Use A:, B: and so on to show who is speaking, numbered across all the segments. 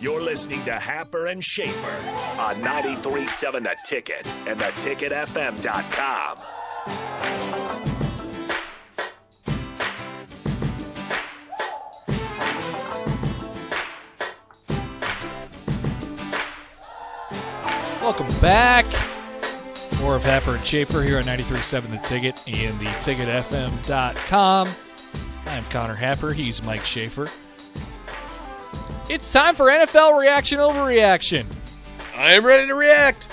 A: You're listening to Happer and Shaper on 937 The Ticket and theticketfm.com.
B: Welcome back. More of Happer and Schaefer here on 93.7 The Ticket and theticketfm.com. I'm Connor Happer. He's Mike Schaefer. It's time for NFL reaction overreaction.
C: I'm ready to react.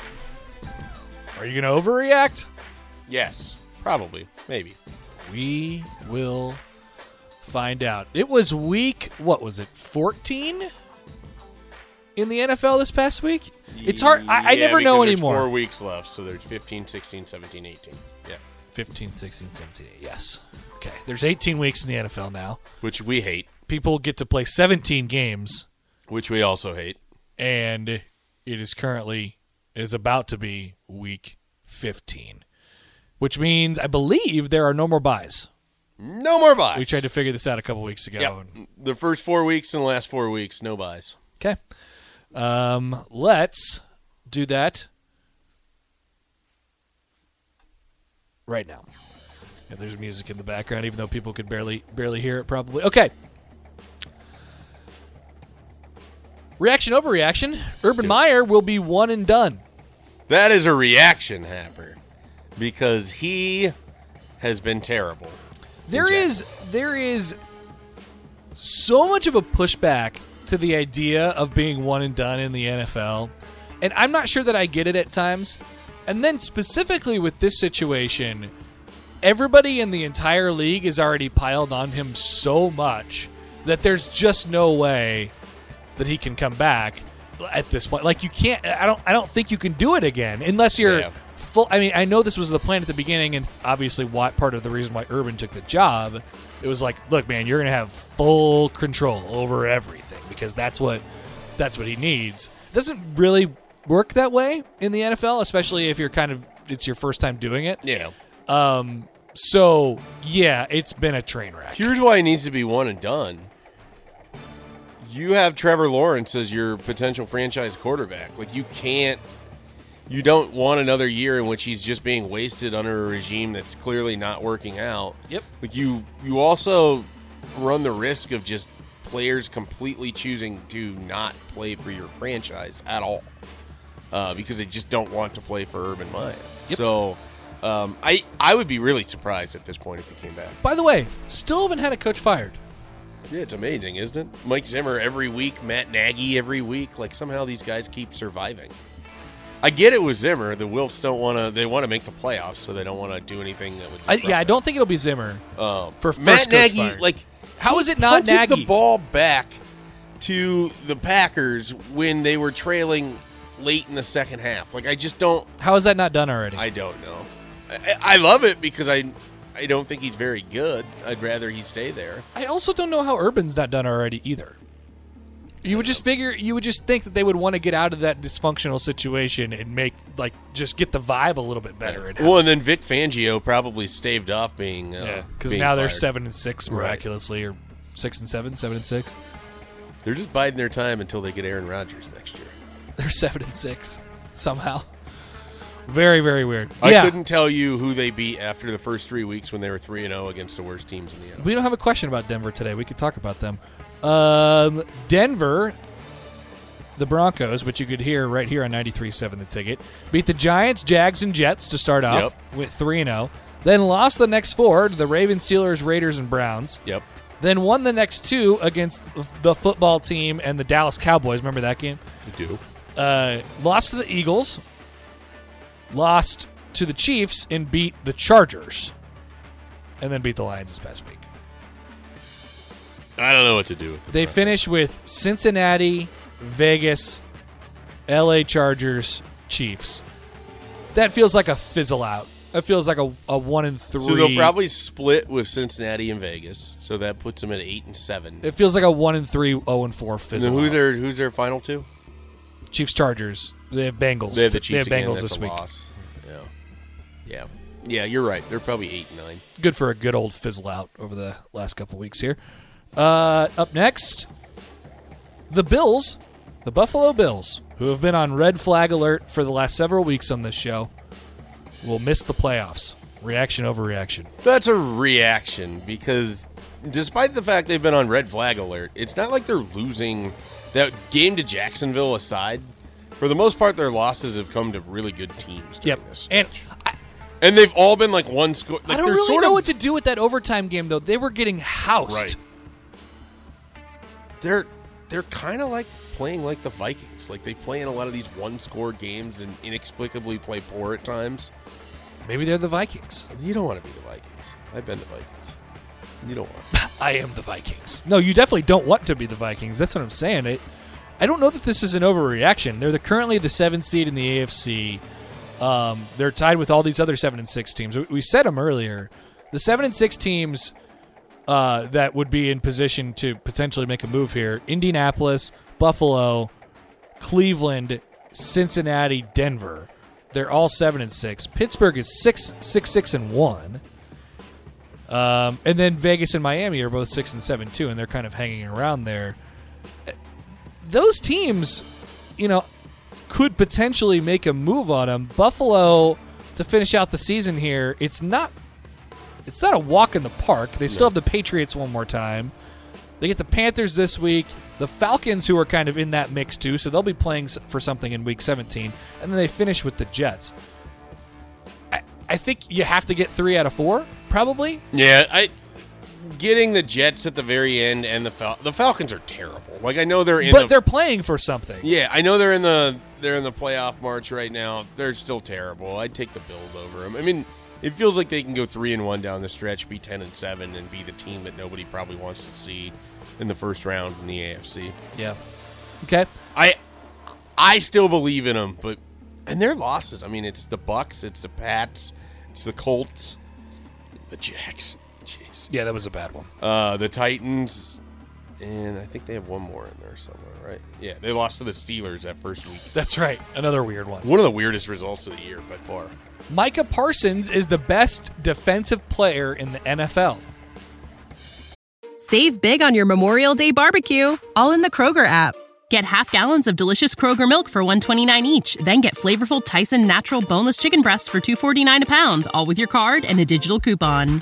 B: Are you going to overreact?
C: Yes, probably, maybe.
B: We will find out. It was week, what was it, 14 in the NFL this past week? It's hard. I, I
C: Yeah,
B: never
C: because
B: know
C: there's
B: anymore.
C: Four weeks left, so there's 15, 16, 17, 18. Yeah,
B: 15, 16, 17, yes. Okay. There's 18 weeks in the NFL now.
C: which we hate,
B: People get to play 17 games,
C: which we also hate.
B: and it is currently, it is about to be week 15, which means I believe there are no more buys.
C: No more buys.
B: We tried to figure this out a couple weeks ago.
C: Yep.
B: and-
C: The first four weeks and the last four weeks, no buys.
B: Okay. Um, let's do that right now. Yeah, there's music in the background, even though people could barely barely hear it. Probably okay. Reaction overreaction. Urban Meyer will be one and done.
C: That is a reaction happer because he has been terrible.
B: There is there is so much of a pushback to the idea of being one and done in the NFL, and I'm not sure that I get it at times. And then specifically with this situation, everybody in the entire league is already piled on him so much that there's just no way that he can come back at this point. Like you can't. I don't. I don't think you can do it again unless you're
C: Yeah.
B: full. I mean, I know this was the plan at the beginning, and obviously, what part of the reason why Urban took the job, it was like, look, man, you're gonna have full control over everything because that's what that's what he needs. It doesn't really work that way in the NFL, especially if you're kind of it's your first time doing it.
C: Yeah.
B: Um. So yeah, it's been a train wreck.
C: Here's why he needs to be one and done. You have Trevor Lawrence as your potential franchise quarterback. Like you can't you don't want another year in which he's just being wasted under a regime that's clearly not working out.
B: Yep.
C: Like you you also run the risk of just players completely choosing to not play for your franchise at all. Uh, because they just don't want to play for Urban Meyer.
B: Yep.
C: So um, I I would be really surprised at this point if he came back.
B: By the way, still haven't had a coach fired.
C: Yeah, it's amazing, isn't it? Mike Zimmer every week, Matt Nagy every week. Like somehow these guys keep surviving. I get it with Zimmer. The Wolves don't want to. They want to make the playoffs, so they don't want to do anything that would.
B: I, yeah, I don't think it'll be Zimmer.
C: Um,
B: for first
C: Matt
B: coach
C: Nagy,
B: fired.
C: like
B: How
C: he
B: is it not
C: punted
B: Nagy?
C: The ball back to the Packers when they were trailing late in the second half. Like I just don't.
B: How is that not done already?
C: I don't know. I- I, I love it because I. I don't think he's very good. I'd rather he stay there.
B: I also don't know how Urban's not done already either. You would just figure, you would just think that they would want to get out of that dysfunctional situation and make like just get the vibe a little bit better. At
C: Well, and then Vic Fangio probably staved off being
B: yeah,
C: uh,
B: because
C: being
B: now they're
C: fired.
B: seven and six miraculously, or six and seven, seven and six.
C: They're just biding their time until they get Aaron Rodgers next year.
B: They're seven and six somehow. Very very weird.
C: I
B: yeah,
C: couldn't tell you who they beat after the first three weeks when they were three and zero against the worst teams in the NFL.
B: we don't have a question about Denver today. We could talk about them. Um, Denver, the Broncos, which you could hear right here on 93.7 The Ticket, beat the Giants, Jags, and Jets to start off with 3 0. Then lost the next four to the Ravens, Steelers, Raiders, and Browns.
C: Yep.
B: Then won the next two against the football team and the Dallas Cowboys. Remember that game?
C: You do.
B: Uh, lost to the Eagles, lost to the Chiefs, and beat the Chargers, and then beat the Lions this past week.
C: I don't know what to do with the
B: They
C: Broncos.
B: finish with Cincinnati, Vegas, LA Chargers, Chiefs. That feels like a fizzle out. That feels like a, a one and three.
C: So they'll probably split with Cincinnati and Vegas. So that puts them at eight and seven.
B: it feels like a one and three, oh and four
C: and
B: fizzle.
C: then who
B: out.
C: their who's their final two?
B: Chiefs Chargers. They have Bengals.
C: They have the Chiefs again.
B: Bengals
C: That's
B: this
C: a
B: week.
C: Loss. Yeah, yeah, yeah. You're right. They're probably eight and nine.
B: Good for a good old fizzle out over the last couple weeks here. Uh, up next, the Bills, the Buffalo Bills, who have been on red flag alert for the last several weeks on this show, will miss the playoffs. Reaction over reaction.
C: That's a reaction because despite the fact they've been on red flag alert, it's not like they're losing that game to Jacksonville aside. For the most part, their losses have come to really good teams. during This.
B: And I,
C: And they've all been like one score. Like
B: I don't
C: they're
B: really
C: sort
B: know
C: of,
B: what to do with that overtime game, though. They were getting housed.
A: Right.
C: They're they're kind of like playing like the Vikings. Like they play in a lot of these one score games and inexplicably play poor at times.
B: Maybe they're the Vikings.
C: You don't want to be the Vikings. I've been the Vikings. You don't want.
B: I am the Vikings. No, you definitely don't want to be the Vikings. That's what I'm saying. It, I don't know that this is an overreaction. They're the, currently the seventh seed in the AFC. Um, they're tied with all these other seven and six teams. We, we said them earlier. The seven and six teams uh, that would be in position to potentially make a move here: Indianapolis, Buffalo, Cleveland, Cincinnati, Denver. They're all seven and six. Pittsburgh is six, six, six and one. Um, and then Vegas and Miami are both six and seven too, and they're kind of hanging around there. Those teams, you know, could potentially make a move on them. Buffalo to finish out the season here. It's not. It's not a walk in the park. They still have the Patriots one more time. They get the Panthers this week. The Falcons, who are kind of in that mix too, so they'll be playing s- for something in Week 17, and then they finish with the Jets. I, I think you have to get three out of four, probably.
C: yeah, I getting the Jets at the very end and the Fal- the Falcons are terrible. Like I know they're in
B: but
C: the
B: they're playing for something.
C: Yeah, I know they're in the they're in the playoff march right now. They're still terrible. I'd take the Bills over them. I mean, it feels like they can go three and one down the stretch, be ten and seven, and be the team that nobody probably wants to see in the first round in the AFC.
B: Yeah. Okay.
C: I I still believe in them, but and their losses. I mean, it's the Bucks, it's the Pats, it's the Colts, the Jacks, jeez,
B: Yeah, that was a bad one.
C: uh, the Titans. And I think they have one more in there somewhere, right? Yeah, they lost to the Steelers that first week.
B: That's right. Another weird one.
C: One of the weirdest results of the year by far.
B: Micah Parsons is the best defensive player in the NFL.
D: Save big on your Memorial Day barbecue, all in the Kroger app. Get half gallons of delicious Kroger milk for 129 each, then get flavorful Tyson natural boneless chicken breasts for 249 a pound, all with your card and a digital coupon.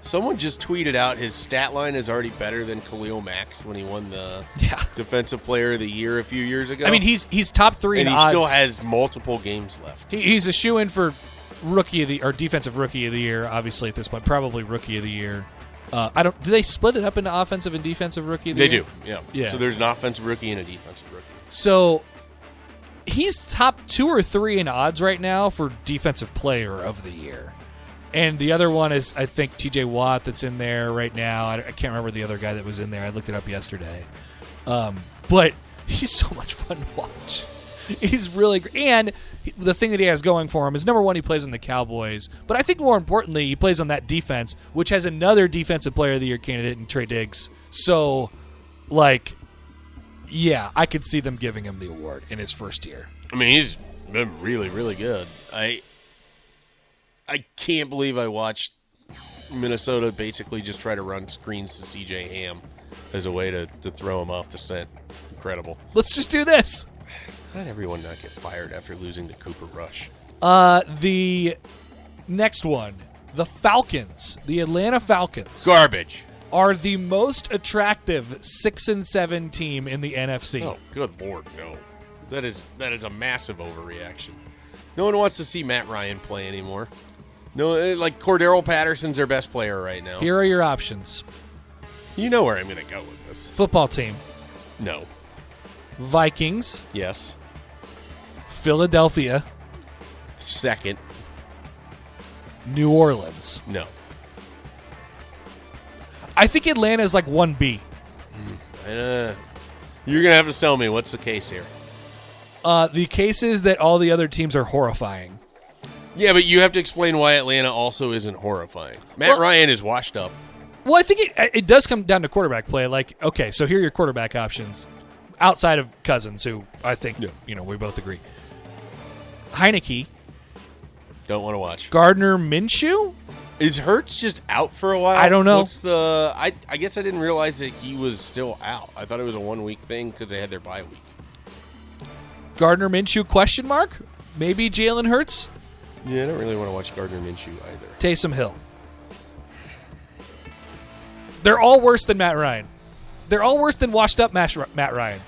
C: Someone just tweeted out his stat line is already better than Khalil Max when he won the
B: Yeah.
C: Defensive Player of the Year a few years ago.
B: I mean, he's he's top three
C: and
B: in
C: he
B: odds.
C: still has multiple games left.
B: He- he's a shoe in for rookie of the or defensive rookie of the year. Obviously, at this point, probably rookie of the year. Uh, I don't. Do they split it up into offensive and defensive rookie? Of the
C: They
B: year?
C: do, yeah.
B: Yeah.
C: So there's an offensive rookie and a defensive rookie.
B: So he's top two or three in odds right now for defensive player of the year. And the other one is, I think, TJ Watt that's in there right now. I, I can't remember the other guy that was in there. I looked it up yesterday. Um, but he's so much fun to watch. He's really great. And he- the thing that he has going for him is number one, he plays on the Cowboys. But I think more importantly, he plays on that defense, which has another defensive player of the year candidate in Trey Diggs. So, like, yeah, I could see them giving him the award in his first year.
C: I mean, he's been really, really good. I I can't believe I watched Minnesota basically just try to run screens to CJ Ham as a way to, to throw him off the scent. Incredible.
B: Let's just do this.
C: Not everyone not get fired after losing to Cooper Rush.
B: Uh, the next one, the Falcons, the Atlanta Falcons,
C: Garbage.
B: are the most attractive six and seven team in the NFC.
C: Oh, good lord, no. That is that is a massive overreaction. No one wants to see Matt Ryan play anymore. No, eh, like Cordero Patterson's their best player right now.
B: Here are your options
C: You know where I'm going to go with this.
B: football team,
C: No.
B: Vikings,
C: Yes.
B: Philadelphia,
C: Second.
B: New Orleans.
C: No.
B: I think Atlanta is like 1B.
C: Uh, you're going to have to tell me what's the case here.
B: Uh, the case is that all the other teams are horrifying.
C: Yeah, but you have to explain why Atlanta also isn't horrifying. Matt
B: Well-
C: Ryan is washed up.
B: Well, I think it, it does come down to quarterback play. Like, okay, so here are your quarterback options outside of Cousins, who I think,
C: Yeah.
B: you know, we both agree. Heineke,
C: Don't want to watch.
B: Gardner Minshew?
C: Is Hertz just out for a while?
B: I don't know.
C: What's the? I I guess I didn't realize that he was still out. I thought it was a one week thing because they had their bye week.
B: Gardner Minshew question mark? Maybe Jalen Hurts?
C: Yeah, I don't really want to watch Gardner Minshew either.
B: Taysom Hill. They're all worse than Matt Ryan. They're all worse than washed up Mash- Matt Ryan.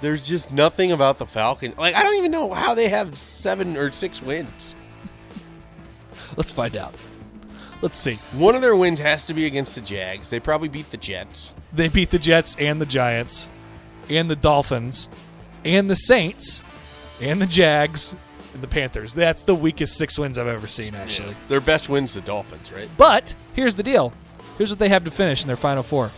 C: There's just nothing about the Falcon. Like I don't even know how they have seven or six wins.
B: Let's find out. Let's see.
C: One of their wins has to be against the Jags. They probably beat the Jets.
B: They beat the Jets and the Giants and the Dolphins and the Saints and the Jags and the Panthers. That's the weakest six wins I've ever seen, actually.
C: Their best wins the Dolphins, right?
B: But here's the deal here's what they have to finish in their final four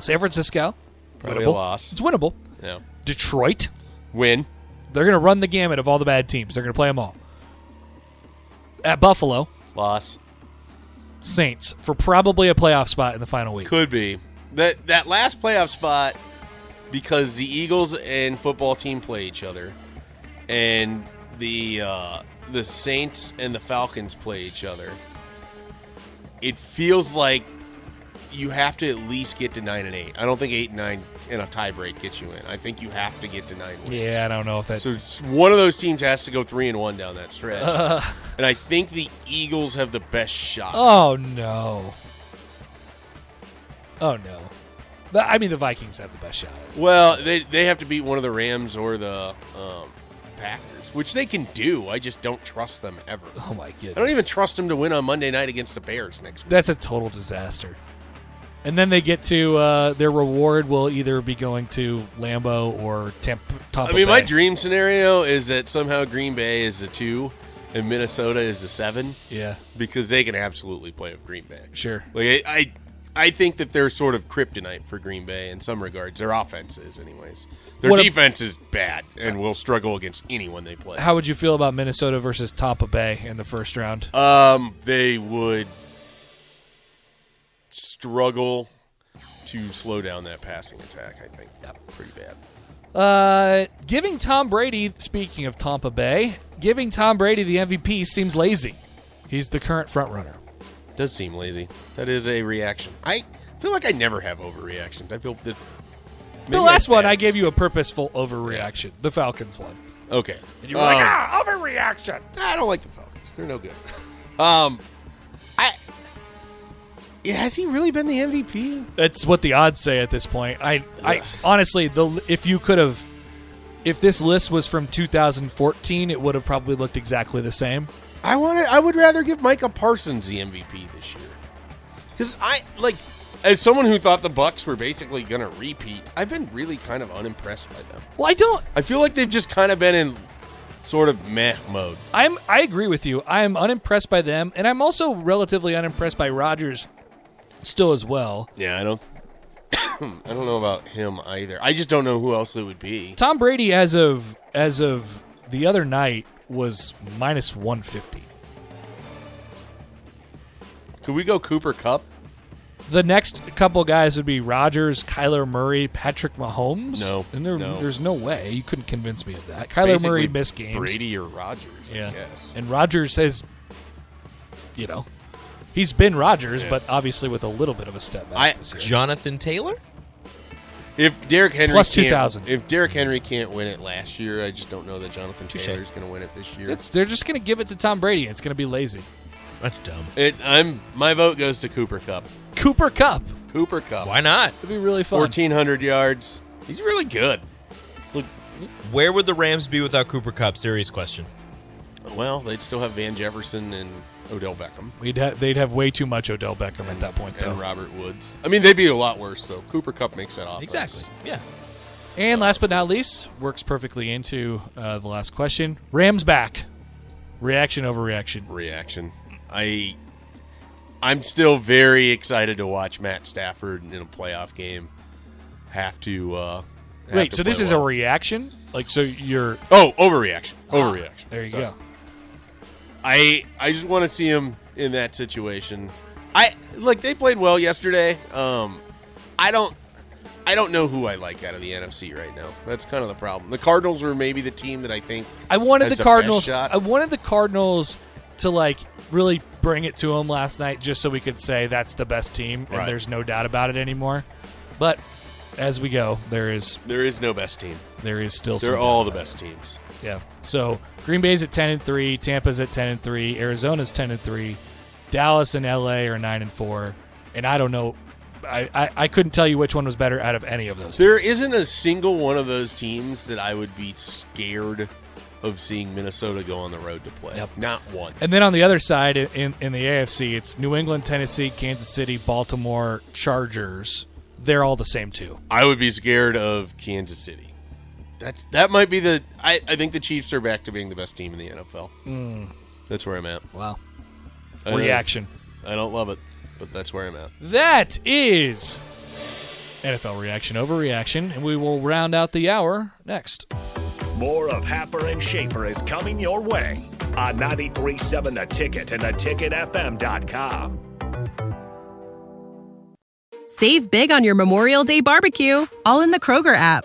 B: San Francisco.
C: Probably a
B: winnable.
C: loss.
B: It's winnable.
C: Yeah.
B: Detroit.
C: Win.
B: They're going to run the gamut of all the bad teams. They're going to play them all. At Buffalo,
C: Loss.
B: Saints for probably a playoff spot in the final week.
C: Could be that that last playoff spot because the Eagles and football team play each other, and the uh, the Saints and the Falcons play each other. It feels like you have to at least get to nine and eight. I don't think eight and nine and a tie break gets you in. I think you have to get to nine wins.
B: Yeah, I don't know if that.
C: So it's- one of those teams has to go three and one down that stretch, and I think the Eagles have the best shot.
B: Oh no. Oh no. The- I mean, the Vikings have the best shot. at it.
C: Well, they they have to beat one of the Rams or the um, Packers, which they can do. I just don't trust them ever.
B: Oh my goodness.
C: I don't even trust them to win on Monday night against the Bears next week.
B: That's a total disaster. And then they get to uh, their reward will either be going to Lambo or Tampa. Tampa
C: I mean, my
B: Bay.
C: dream scenario is that somehow Green Bay is the two and Minnesota is the seven
B: Yeah,
C: because they can absolutely play with Green Bay.
B: sure.
C: Like I, I, I think that they're sort of kryptonite for Green Bay in some regards. Their offense is, anyways. Their
B: What a-
C: defense is bad and will struggle against anyone they play.
B: How would you feel about Minnesota versus Tampa Bay in the first round?
C: Um, they would struggle to slow down that passing attack. I think pretty bad.
B: Uh, giving Tom Brady, speaking of Tampa Bay, giving Tom Brady the MVP seems lazy. He's the current front runner.
C: Does seem lazy. That is a reaction. I feel like I never have overreactions. I feel that
B: The last one, I gave you a purposeful overreaction. The Falcons one.
C: Okay,
B: You were like,
C: Um,
B: ah, overreaction.
C: I don't like the Falcons. They're no good. Um, I yeah, has he really been the MVP?
B: That's what the odds say at this point. I, I honestly, the if you could have, if this list was from 2014, it would have probably looked exactly the same.
C: I want to, I would rather give Micah Parsons the MVP this year. Cuz I like as someone who thought the Bucks were basically going to repeat, I've been really kind of unimpressed by them.
B: Well, I don't.
C: I feel like they've just kind of been in sort of meh mode.
B: I'm. I agree with you. I am unimpressed by them, and I'm also relatively unimpressed by Rodgers, still as well.
C: Yeah, I don't I don't know about him either. I just don't know who else it would be.
B: Tom Brady, as of as of the other night, was minus 150.
C: Could we go Cooper Cup?
B: The next couple guys would be Rodgers, Kyler Murray, Patrick Mahomes.
C: No,
B: and there,
C: no.
B: there's no way you couldn't convince me of that. Kyler Murray
C: Basically,
B: missed games.
C: Brady or Rodgers,
B: yeah,
C: I guess.
B: and Rodgers has, you know, he's been Rodgers, but obviously with a little bit of a step back.
C: I-
B: this year.
E: Jonathan Taylor?
C: If Derrick Henry
B: Plus
C: can't-
B: 2,000.
C: If Derrick Henry can't win it last year, I just don't know that Jonathan
E: Touche.
C: Taylor's going to win it this year.
B: It's, they're just going to give it to Tom Brady. and It's going to be lazy.
E: That's dumb.
C: It, I'm my vote goes to Cooper Cup.
B: Cooper Cup.
C: Cooper Cup.
E: Why not?
B: It'd be really fun.
C: Fourteen hundred yards. He's really good.
E: Where would the Rams be without Cooper Cup? Serious question.
C: Well, they'd still have Van Jefferson and Odell Beckham
B: We'd ha- they'd have way too much Odell Beckham at that point, though.
C: and Robert Woods. I mean, they'd be a lot worse. So Cooper Cup makes that off
E: Exactly. Yeah.
B: And last but not least, works perfectly into uh, the last question. Rams back. Reaction over reaction.
C: reaction. I I'm still very excited to watch Matt Stafford in a playoff game. Have to uh have
B: Wait,
C: to
B: so this
C: play
B: is a
C: well.
B: reaction? Like, so you're.
C: Oh, overreaction. Overreaction.
B: There you
C: Sorry.
B: go.
C: I I just want to see him in that situation. I like they played well yesterday. Um I don't I don't know who I like out of the NFC right now. That's kind of the problem. The Cardinals were maybe the team that I think
B: I wanted
C: has
B: the
C: best
B: Cardinals.
C: shot.
B: I wanted the Cardinals to like really bring it to him last night, just so we could say that's the best team, and
C: Right.
B: there's no doubt about it anymore. But as we go, there is
C: there is no best team.
B: there is still
C: They're
B: some,
C: all the best teams.
B: yeah. So Green Bay's at ten and three, Tampa's at ten and three, Arizona's ten and three, Dallas and LA are nine and four, and I don't know. I, I, I couldn't tell you which one was better out of any of those.
C: There
B: teams.
C: isn't a single one of those teams that I would be scared of seeing Minnesota go on the road to play.
B: Yep.
C: Not one.
B: And then on the other side in- in, in the AFC, it's New England, Tennessee, Kansas City, Baltimore, Chargers. They're all the same too.
C: I would be scared of Kansas City. That's that might be the I, I think the Chiefs are back to being the best team in the NFL. That's where I'm at.
B: Wow.
C: I know.
B: Reaction.
C: I don't love it, but that's where I'm at.
B: That is NFL reaction over reaction, and we will round out the hour next.
A: More of Happer and Schaefer is coming your way on 937 The Ticket and theticketfm.com.
D: Save big on your Memorial Day barbecue, all in the Kroger app.